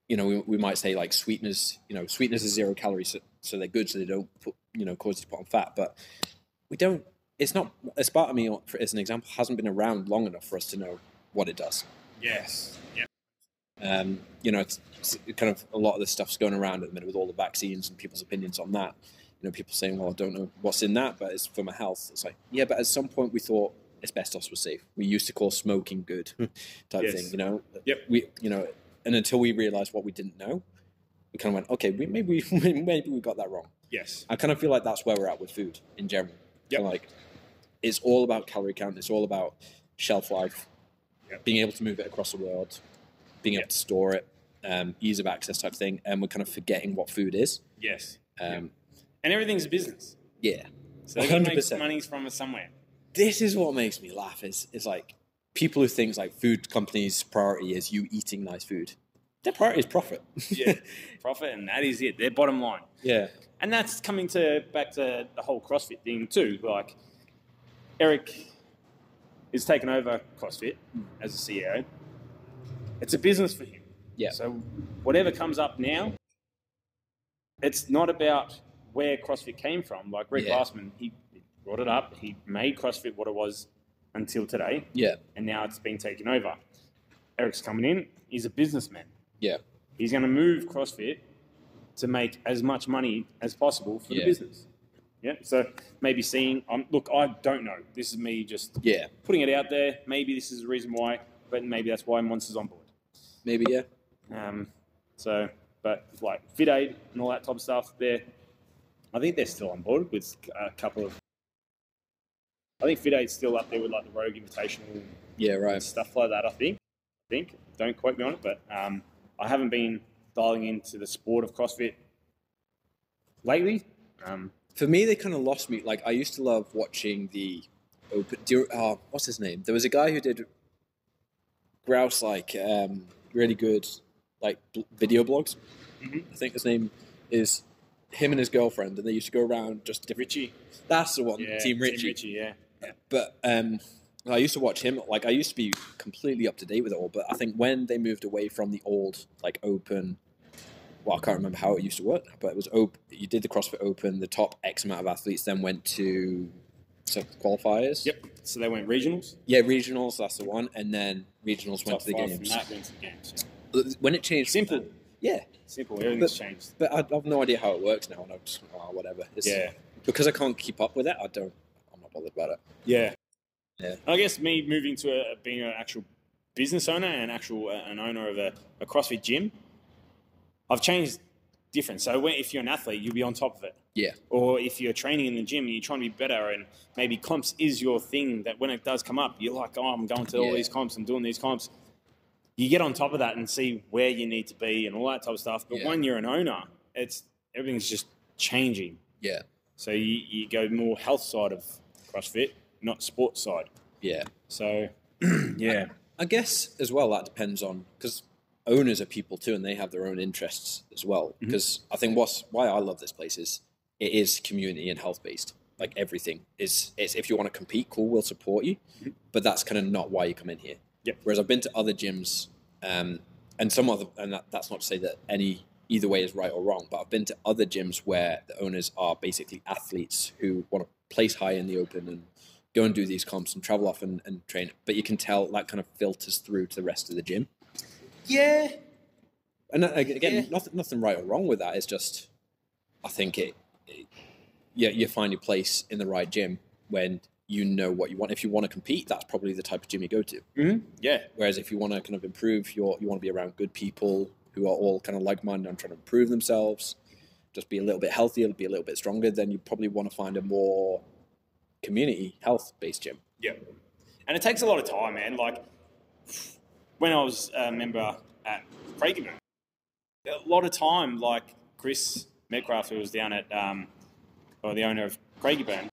Speaker 1: You know, we, we might say like sweeteners. You know, sweeteners are zero calories, so, so they're good, so they don't put you know cause you to put on fat. But we don't. It's not aspartame, for, as an example, hasn't been around long enough for us to know what it does
Speaker 3: Yes. Yeah.
Speaker 1: um, you know, it's, it's kind of a lot of this stuff's going around at the minute with all the vaccines and people's opinions on that. You know, people saying, "Well, I don't know what's in that, but it's for my health." It's like, yeah, but at some point we thought asbestos was safe. We used to call smoking good, type
Speaker 3: Hmm. Yes.
Speaker 1: thing. You know,
Speaker 3: Yep.
Speaker 1: We, you know, and until we realized what we didn't know, we kind of went, "Okay, we, maybe maybe we got that wrong."
Speaker 3: Yes.
Speaker 1: I kind of feel like that's where we're at with food in general.
Speaker 3: Yep.
Speaker 1: So, Like, it's all about calorie count. It's all about shelf life,
Speaker 3: Yep.
Speaker 1: being able to move it across the world, being able to store it, um, ease of access type thing. And we're kind of forgetting what food is.
Speaker 3: Yes.
Speaker 1: Um,
Speaker 3: And everything's business.
Speaker 1: yeah.
Speaker 3: So they got to make
Speaker 1: 100%.
Speaker 3: money from it somewhere.
Speaker 1: This is what makes me laugh is, is like people who think like food companies' priority is you eating nice food. Their priority is profit.
Speaker 3: Yeah. Profit, and that is it. Their bottom line.
Speaker 1: yeah.
Speaker 3: and that's coming to back to the whole CrossFit thing too. Like Eric is taking over CrossFit as a CEO. It's a business for him.
Speaker 1: Yeah.
Speaker 3: So whatever comes up now, it's not about where CrossFit came from. Like Rick
Speaker 1: Yeah.
Speaker 3: Glassman, he brought it up. He made CrossFit what it was until today,
Speaker 1: Yeah.
Speaker 3: and now it's been taken over. Eric's coming in. He's a businessman.
Speaker 1: Yeah.
Speaker 3: He's going to move CrossFit to make as much money as possible for
Speaker 1: Yeah.
Speaker 3: the business. Yeah. So maybe seeing, um, look, I don't know. This is me just
Speaker 1: Yeah.
Speaker 3: putting it out there. Maybe this is the reason why, but maybe that's why Monster's on board.
Speaker 1: Maybe. Yeah.
Speaker 3: Um, so, but like Fit Aid and all that type of stuff, they're, I think they're still on board with a couple of. I think Fit Aid's still up there with like the Rogue Invitational
Speaker 1: Yeah. Right.
Speaker 3: stuff like that. I think. I think. Don't quote me on it, but um, I haven't been dialing into the sport of CrossFit lately. Um,
Speaker 1: for me, they kind of lost me. Like I used to love watching the open. Do you, oh, what's his name? There was a guy who did grouse like um, really good like bl- video blogs. I think his name is him and his girlfriend, and they used to go around just different.
Speaker 3: Richie,
Speaker 1: That's the one, Team Richie.
Speaker 3: yeah,
Speaker 1: But um, I used to watch him. Like I used to be completely up to date with it all. But I think when they moved away from the old like open, well, I can't remember how it used to work, now, but it was open. You did the CrossFit Open. The top X amount of athletes then went to so qualifiers.
Speaker 3: yep. So they went regionals.
Speaker 1: Yeah, regionals. That's the one. And then regionals went
Speaker 3: Top
Speaker 1: to the
Speaker 3: five from
Speaker 1: games.
Speaker 3: that went to the games. yeah.
Speaker 1: When it changed, from
Speaker 3: Simple.
Speaker 1: that- yeah,
Speaker 3: Simple. Everything's
Speaker 1: But-
Speaker 3: changed.
Speaker 1: but I have no idea how it works now, and I'm just oh, whatever. It's,
Speaker 3: Yeah,
Speaker 1: because I can't keep up with it. I don't. I'm not bothered about it.
Speaker 3: yeah.
Speaker 1: Yeah.
Speaker 3: I guess me moving to a, being an actual business owner and actual uh, an owner of a, a CrossFit gym, I've changed different. So when, if you're an athlete, you'll be on top of it.
Speaker 1: Yeah.
Speaker 3: Or if you're training in the gym and you're trying to be better, and maybe comps is your thing, that when it does come up, you're like, oh, I'm going to all
Speaker 1: Yeah.
Speaker 3: these comps, I'm doing these comps. You get on top of that and see where you need to be and all that type of stuff. But
Speaker 1: Yeah.
Speaker 3: when you're an owner, it's everything's just changing.
Speaker 1: Yeah.
Speaker 3: So you, you go more health side of CrossFit, not sports side.
Speaker 1: Yeah.
Speaker 3: So yeah,
Speaker 1: I guess as well that depends on because owners are people too, and they have their own interests as well. Because I think what's why I love this place is it is community and health based. Like everything is, it's if you want to compete, cool, we'll support you. But that's kind of not why you come in here.
Speaker 3: Yep.
Speaker 1: Whereas I've been to other gyms, um, and some other, and that, that's not to say that any either way is right or wrong. But I've been to other gyms where the owners are basically athletes who want to place high in the open and go and do these comps and travel off and, and train. But you can tell that kind of filters through to the rest of the gym.
Speaker 3: yeah,
Speaker 1: And that- again,
Speaker 3: Yeah.
Speaker 1: nothing, nothing right or wrong with that. It's just, I think it, it yeah, you find your place in the right gym when you know what you want. If you want to compete, that's probably the type of gym you go to.
Speaker 3: yeah,
Speaker 1: Whereas if you want to kind of improve, you you want to be around good people who are all kind of like minded and trying to improve themselves, just be a little bit healthier, be a little bit stronger. Then you probably want to find a more community health based gym.
Speaker 3: yeah. And it takes a lot of time, man. Like when I was a member at Freaking, a lot of time. Like Chris Medcraft, who was down at, um, or the owner of Craigieburn,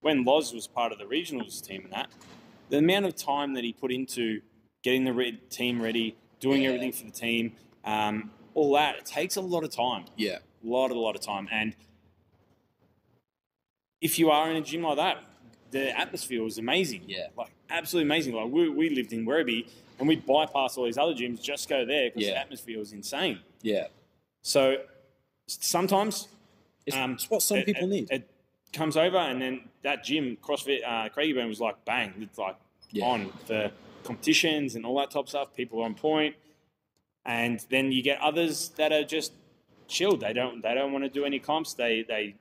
Speaker 3: when Loz was part of the regionals team and that, the amount of time that he put into getting the re- team ready, doing
Speaker 1: Yeah.
Speaker 3: everything for the team, um, all that, it takes a lot of time.
Speaker 1: Yeah,
Speaker 3: lot, a lot of time. And if you are in a gym like that, the atmosphere was amazing.
Speaker 1: Yeah.
Speaker 3: Like, absolutely amazing. Like, we, we lived in Werribee and we bypassed all these other gyms, just go there because the
Speaker 1: Yeah.
Speaker 3: atmosphere was insane.
Speaker 1: yeah.
Speaker 3: So s- sometimes
Speaker 1: It's,
Speaker 3: Um,
Speaker 1: it's what some
Speaker 3: it-
Speaker 1: people
Speaker 3: it-
Speaker 1: need.
Speaker 3: It comes over, and then that gym, CrossFit, uh, Craigieburn was like bang, it's like
Speaker 1: Yeah.
Speaker 3: on for competitions and all that top stuff. People on point, and then you get others that are just chilled. They don't they don't want to do any comps. They they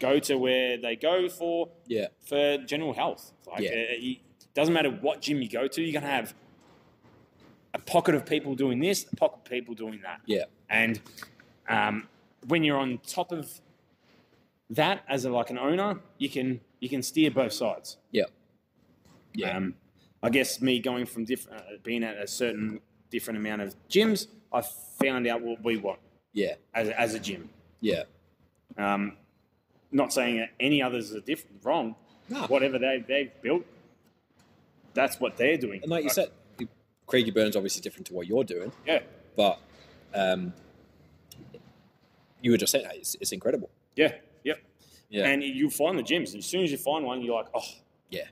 Speaker 3: go to where they go for
Speaker 1: yeah,
Speaker 3: for general health. Like
Speaker 1: Yeah.
Speaker 3: uh, you, doesn't matter what gym you go to, you're gonna have a pocket of people doing this, a pocket of people doing that.
Speaker 1: yeah,
Speaker 3: And um, when you're on top of that as a, like an owner, you can you can steer both sides.
Speaker 1: yeah, yeah,
Speaker 3: Um, I guess me going from different, uh, being at a certain different amount of gyms, I found out what we want
Speaker 1: yeah,
Speaker 3: as, as a gym.
Speaker 1: yeah.
Speaker 3: Um, not saying that any others are diff- wrong.
Speaker 1: Nah.
Speaker 3: Whatever they they've built, that's what they're doing.
Speaker 1: And like you said, Craigie Burns obviously different to what you're doing,
Speaker 3: yeah,
Speaker 1: but um, you were just saying that it's, it's incredible.
Speaker 3: yeah, yep.
Speaker 1: Yeah,
Speaker 3: And you find the gyms. As soon as you find one, you're like, oh,
Speaker 1: yeah.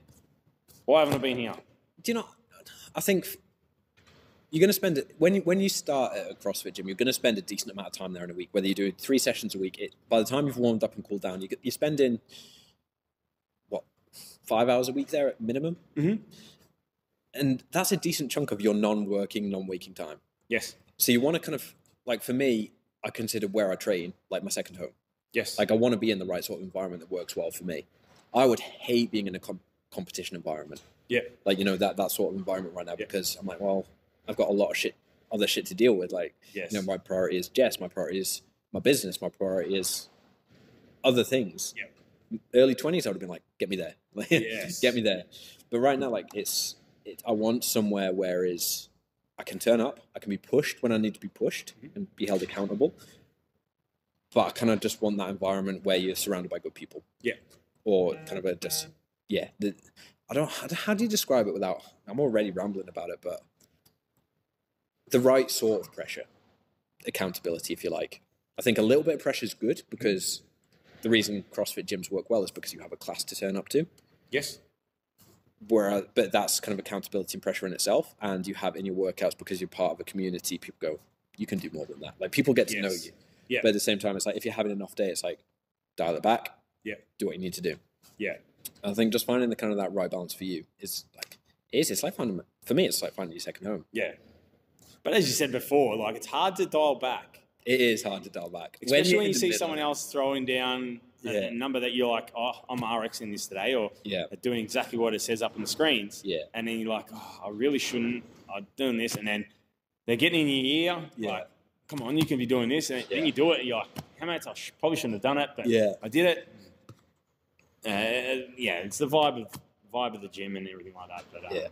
Speaker 3: why haven't I been here?
Speaker 1: do you know? I think you're going to spend it when you, when you start at a CrossFit gym. You're going to spend a decent amount of time there in a week. Whether you do three sessions a week, it, by the time you've warmed up and cooled down, you, get- you're spending what five hours a week there at minimum,
Speaker 3: Mhm.
Speaker 1: and that's a decent chunk of your non-working, non-waking time.
Speaker 3: Yes,
Speaker 1: So you want to kind of like for me, I consider where I train like my second home.
Speaker 3: yes.
Speaker 1: Like I want to be in the right sort of environment that works well for me. I would hate being in a com- competition environment
Speaker 3: Yeah,
Speaker 1: like you know that that sort of environment right now
Speaker 3: Yeah.
Speaker 1: because I'm like, well, I've got a lot of shit, other shit to deal with. Like,
Speaker 3: Yes.
Speaker 1: you know, my priority is Jess, my priority is my business, my priority is other things.
Speaker 3: yeah,
Speaker 1: Early twenties, I would have been like, get me there, Like,
Speaker 3: Yes.
Speaker 1: get me there. But right now, like it's, it, I want somewhere where is I can turn up, I can be pushed when I need to be pushed
Speaker 3: Mm-hmm.
Speaker 1: and be held accountable. But I kind of just want that environment where you're surrounded by good people
Speaker 3: yeah.
Speaker 1: or kind of a just yeah. The, I don't how, do- how do you describe it without I'm already rambling about it, but the right sort of pressure, accountability, if you like. I think a little bit of pressure is good because the reason CrossFit gyms work well is because you have a class to turn up to.
Speaker 3: Yes.
Speaker 1: Where, but that's kind of accountability and pressure in itself, and you have in your workouts because you're part of a community. People go, you can do more than that. Like people get to know
Speaker 3: Yes.
Speaker 1: you,
Speaker 3: Yeah.
Speaker 1: but at the same time, it's like if you're having an off day, it's like dial it back,
Speaker 3: Yeah.
Speaker 1: do what you need to do.
Speaker 3: Yeah.
Speaker 1: I think just finding the kind of that right balance for you is like it is. It's like finding for me. It's like finding your second home.
Speaker 3: Yeah. But as you said before, like it's hard to dial back,
Speaker 1: It is hard to dial back,
Speaker 3: especially
Speaker 1: you're
Speaker 3: when,
Speaker 1: in
Speaker 3: you
Speaker 1: the
Speaker 3: see
Speaker 1: middle.
Speaker 3: someone else throwing down a-
Speaker 1: Yeah.
Speaker 3: a number that you're like, oh, I'm RXing this today, or
Speaker 1: Yeah.
Speaker 3: doing exactly what it says up on the screens.
Speaker 1: Yeah.
Speaker 3: And then you're like, oh, I really shouldn't. I'm doing this. And then they're getting in your ear,
Speaker 1: Yeah.
Speaker 3: like, come on, you can be doing this. And
Speaker 1: Yeah.
Speaker 3: then you do it, and you're like, how many times? I sh- probably shouldn't have done it, but
Speaker 1: Yeah.
Speaker 3: I did it. Uh, yeah, it's the vibe of vibe of the gym and everything like that. But uh,
Speaker 1: Yeah.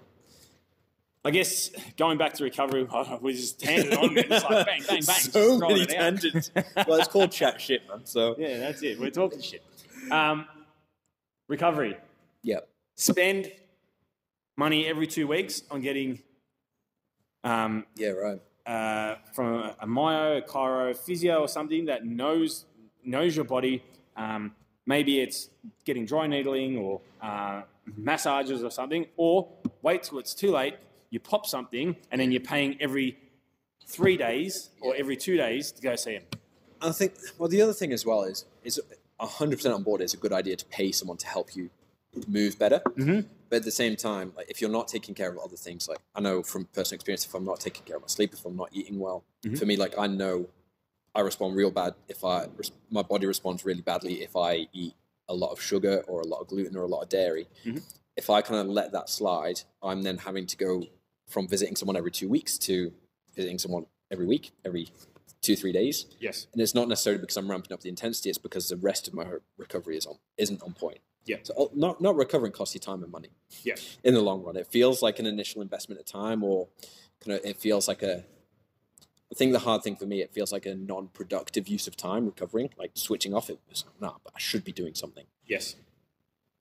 Speaker 3: I guess going back to recovery, we just tangent on it. It's like bang, bang, bang.
Speaker 1: so
Speaker 3: just roll
Speaker 1: many
Speaker 3: it out.
Speaker 1: tangents. well, it's called chat shit, man. So
Speaker 3: Yeah, that's it. We're talking shit. Um, recovery.
Speaker 1: yeah,
Speaker 3: Spend money every two weeks on getting um,
Speaker 1: yeah, right.
Speaker 3: uh, from a, a myo, a chiro, physio, or something that knows knows your body. Um, maybe it's getting dry needling or uh, massages or something, or wait till it's too late. You pop something, and then you're paying every three days or every two days to go see him.
Speaker 1: I think. Well, the other thing as well is is hundred percent on board. It's a good idea to pay someone to help you move better.
Speaker 3: Mhm.
Speaker 1: But at the same time, like if you're not taking care of other things, like I know from personal experience, if I'm not taking care of my sleep, if I'm not eating well, for me, like I know I respond real bad if I res- my body responds really badly if I eat a lot of sugar or a lot of gluten or a lot of dairy. If I kind of let that slide, I'm then having to go from visiting someone every two weeks to visiting someone every week, every two three days.
Speaker 3: Yes.
Speaker 1: And it's not necessarily because I'm ramping up the intensity; it's because the rest of my ho- recovery is on isn't on point.
Speaker 3: Yeah.
Speaker 1: So uh, not not recovering costs you time and money
Speaker 3: Yeah.
Speaker 1: in the long run. It feels like an initial investment of time, or kind of it feels like a. I think the hard thing for me, it feels like a non-productive use of time recovering, like switching off. It was nah, but I should be doing something.
Speaker 3: Yes.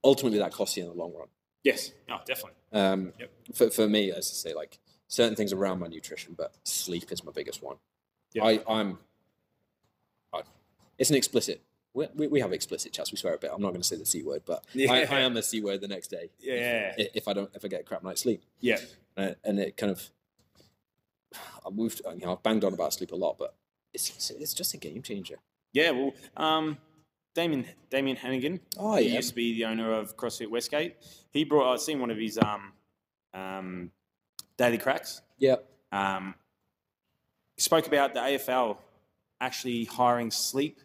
Speaker 1: Ultimately, that costs you in the long run.
Speaker 3: Yes. No, definitely.
Speaker 1: Um,
Speaker 3: Yep.
Speaker 1: for, for me, as I say, like certain things around my nutrition, but sleep is my biggest one.
Speaker 3: Yeah.
Speaker 1: I, I'm. I, it's an explicit. We, we, we have explicit chats. We swear a bit. I'm not going to say the c word, but I,
Speaker 3: Yeah.
Speaker 1: I am a c word the next day
Speaker 3: Yeah.
Speaker 1: i- if I don't if I get a crap night's sleep.
Speaker 3: Yeah.
Speaker 1: and, and it kind of I moved. You know, I've banged on about sleep a lot, but it's it's- it's just a game changer.
Speaker 3: Yeah. Well, um, Damien Damien Hannigan.
Speaker 1: Oh,
Speaker 3: He
Speaker 1: yeah.
Speaker 3: used to be the owner of CrossFit Westgate. He brought. I've seen one of his um, um, daily cracks.
Speaker 1: Yeah,
Speaker 3: Um, spoke about the AFL actually hiring sleep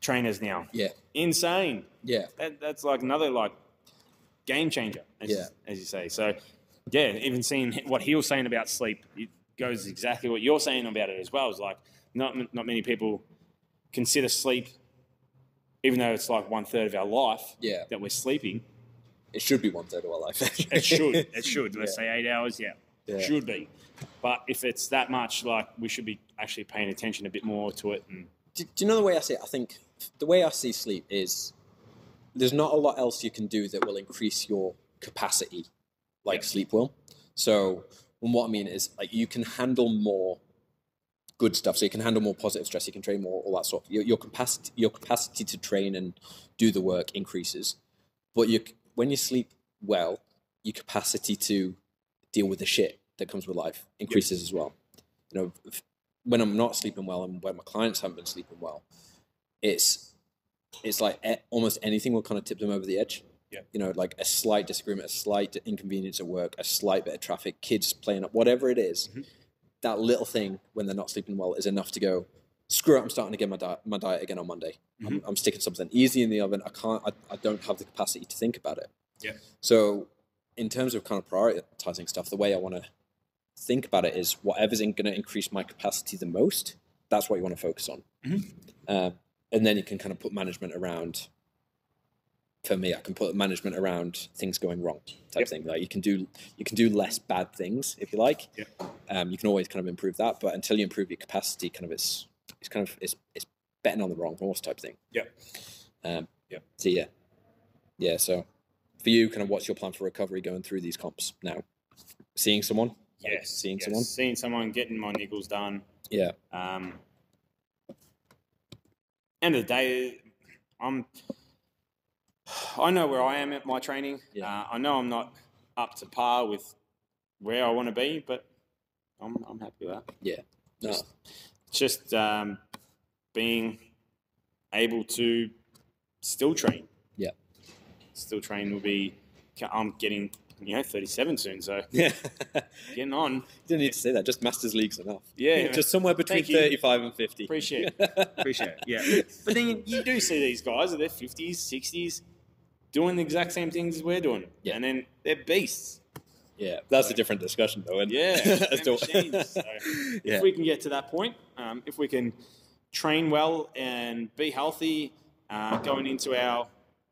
Speaker 3: trainers now.
Speaker 1: yeah,
Speaker 3: Insane.
Speaker 1: yeah,
Speaker 3: That, that's like another like game changer. As,
Speaker 1: Yeah.
Speaker 3: as you say. So yeah, even seeing what he was saying about sleep it goes exactly what you're saying about it as well. It's like not m- not many people consider sleep, even though it's like one third of our life
Speaker 1: yeah.
Speaker 3: that we're sleeping.
Speaker 1: It should be one third of our life.
Speaker 3: It should. It should. Let's say eight hours. Yeah.
Speaker 1: Yeah.
Speaker 3: Should be. But if it's that much, like we should be actually paying attention a bit more to it. And
Speaker 1: do, do you know the way I see it? I think the way I see sleep is there's not a lot else you can do that will increase your capacity like sleep will. So, and what I mean is like you can handle more good stuff. So you can handle more positive stress. You can train more, all that sort. Your, your capacity, your capacity to train and do the work increases. But you, when you sleep well, your capacity to deal with the shit that comes with life increases as well. You know, if- when I'm not sleeping well and when my clients haven't been sleeping well, it's it's like a- almost anything will kind of tip them over the edge.
Speaker 3: Yeah.
Speaker 1: You know, like a slight disagreement, a slight inconvenience at work, a slight bit of traffic, kids playing up, whatever it is,
Speaker 3: Mm-hmm.
Speaker 1: that little thing when they're not sleeping well is enough to go, screw it, I'm starting again my, diet my diet again on Monday. I'm,
Speaker 3: Mm-hmm.
Speaker 1: I'm sticking something easy in the oven. I can't, I, I don't have the capacity to think about it.
Speaker 3: Yeah.
Speaker 1: So, in terms of kind of prioritizing stuff, the way I want to think about it is whatever's going to increase my capacity the most, that's what you want to focus on.
Speaker 3: Mm-hmm.
Speaker 1: Uh, and then you can kind of put management around. For me, I can put management around things going wrong type
Speaker 3: Yep.
Speaker 1: thing. Like you can do, you can do less bad things if you like.
Speaker 3: Yep.
Speaker 1: Um, you can always kind of improve that, but until you improve your capacity, kind of it's it's kind of it's it's betting on the wrong horse type thing.
Speaker 3: yeah,
Speaker 1: Um,
Speaker 3: Yep.
Speaker 1: So yeah, yeah. So for you, kind of, what's your plan for recovery going through these comps now? Seeing someone? Like,
Speaker 3: yes,
Speaker 1: Seeing
Speaker 3: yes.
Speaker 1: someone?
Speaker 3: seeing someone, getting my nickels done.
Speaker 1: Yeah.
Speaker 3: Um, end of the day, I'm. I know where I am at my training.
Speaker 1: Yeah.
Speaker 3: Uh, I know I'm not up to par with where I want to be, but I'm, I'm happy with that.
Speaker 1: No.
Speaker 3: It's just um, being able to still train.
Speaker 1: Yeah.
Speaker 3: Still train will be. I'm getting you know, 37 soon, so
Speaker 1: Yeah.
Speaker 3: getting on.
Speaker 1: Didn't need to say that. Just Masters League's enough.
Speaker 3: Yeah,
Speaker 1: Just somewhere between
Speaker 3: Thank you.
Speaker 1: 35 and 50.
Speaker 3: Appreciate
Speaker 1: Appreciate it.
Speaker 3: Yeah. But then you, you do see these guys in their 50s, 60s doing the exact same things as we're doing.
Speaker 1: Yeah.
Speaker 3: And then they're beasts.
Speaker 1: Yeah. That's a different discussion, though. And
Speaker 3: Yeah.
Speaker 1: as
Speaker 3: they're
Speaker 1: to-
Speaker 3: machines. So
Speaker 1: yeah.
Speaker 3: If we can get to that point, um, if we can train well and be healthy uh, going into our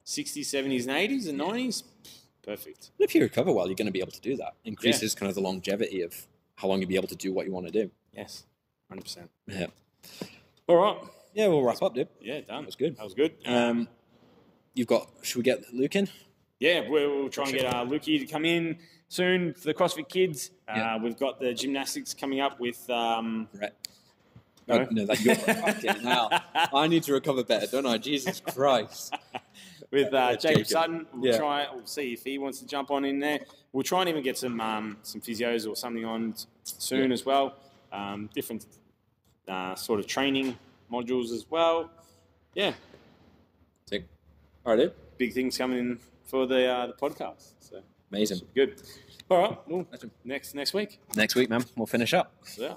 Speaker 3: 60s, 70s, and 80s and 90s, perfect.
Speaker 1: But if you recover well, you're going to be able to do that. Increases kind of the longevity of how long you'll be able to do what you want to do.
Speaker 3: Yes. 100%.
Speaker 1: Yeah.
Speaker 3: All right.
Speaker 1: Yeah, we'll wrap up, dude.
Speaker 3: Yeah, done.
Speaker 1: That was good.
Speaker 3: That was good.
Speaker 1: Um, you've got, should we get Luke in?
Speaker 3: Yeah, we- we'll try and get uh, Lukey to come in soon for the CrossFit Kids. Uh,
Speaker 1: Yeah.
Speaker 3: We've got the gymnastics coming up with. Um,
Speaker 1: Right.
Speaker 3: No.
Speaker 1: Oh, no, that you're fucking hell. I need to recover better, don't I? Jesus Christ.
Speaker 3: with uh,
Speaker 1: Yeah,
Speaker 3: Jacob,
Speaker 1: Jacob.
Speaker 3: Sutton. We'll
Speaker 1: Yeah.
Speaker 3: try. We'll see if he wants to jump on in there. We'll try and even get some um, some physios or something on s- soon as well. Um, different uh, sort of training modules as well. Yeah,
Speaker 1: Sick. All right, dude.
Speaker 3: big things coming in for the uh, the podcast. So
Speaker 1: Amazing.
Speaker 3: good. All right. Well,
Speaker 1: Awesome.
Speaker 3: next next week.
Speaker 1: Next week, man, we'll finish up.
Speaker 3: So, yeah.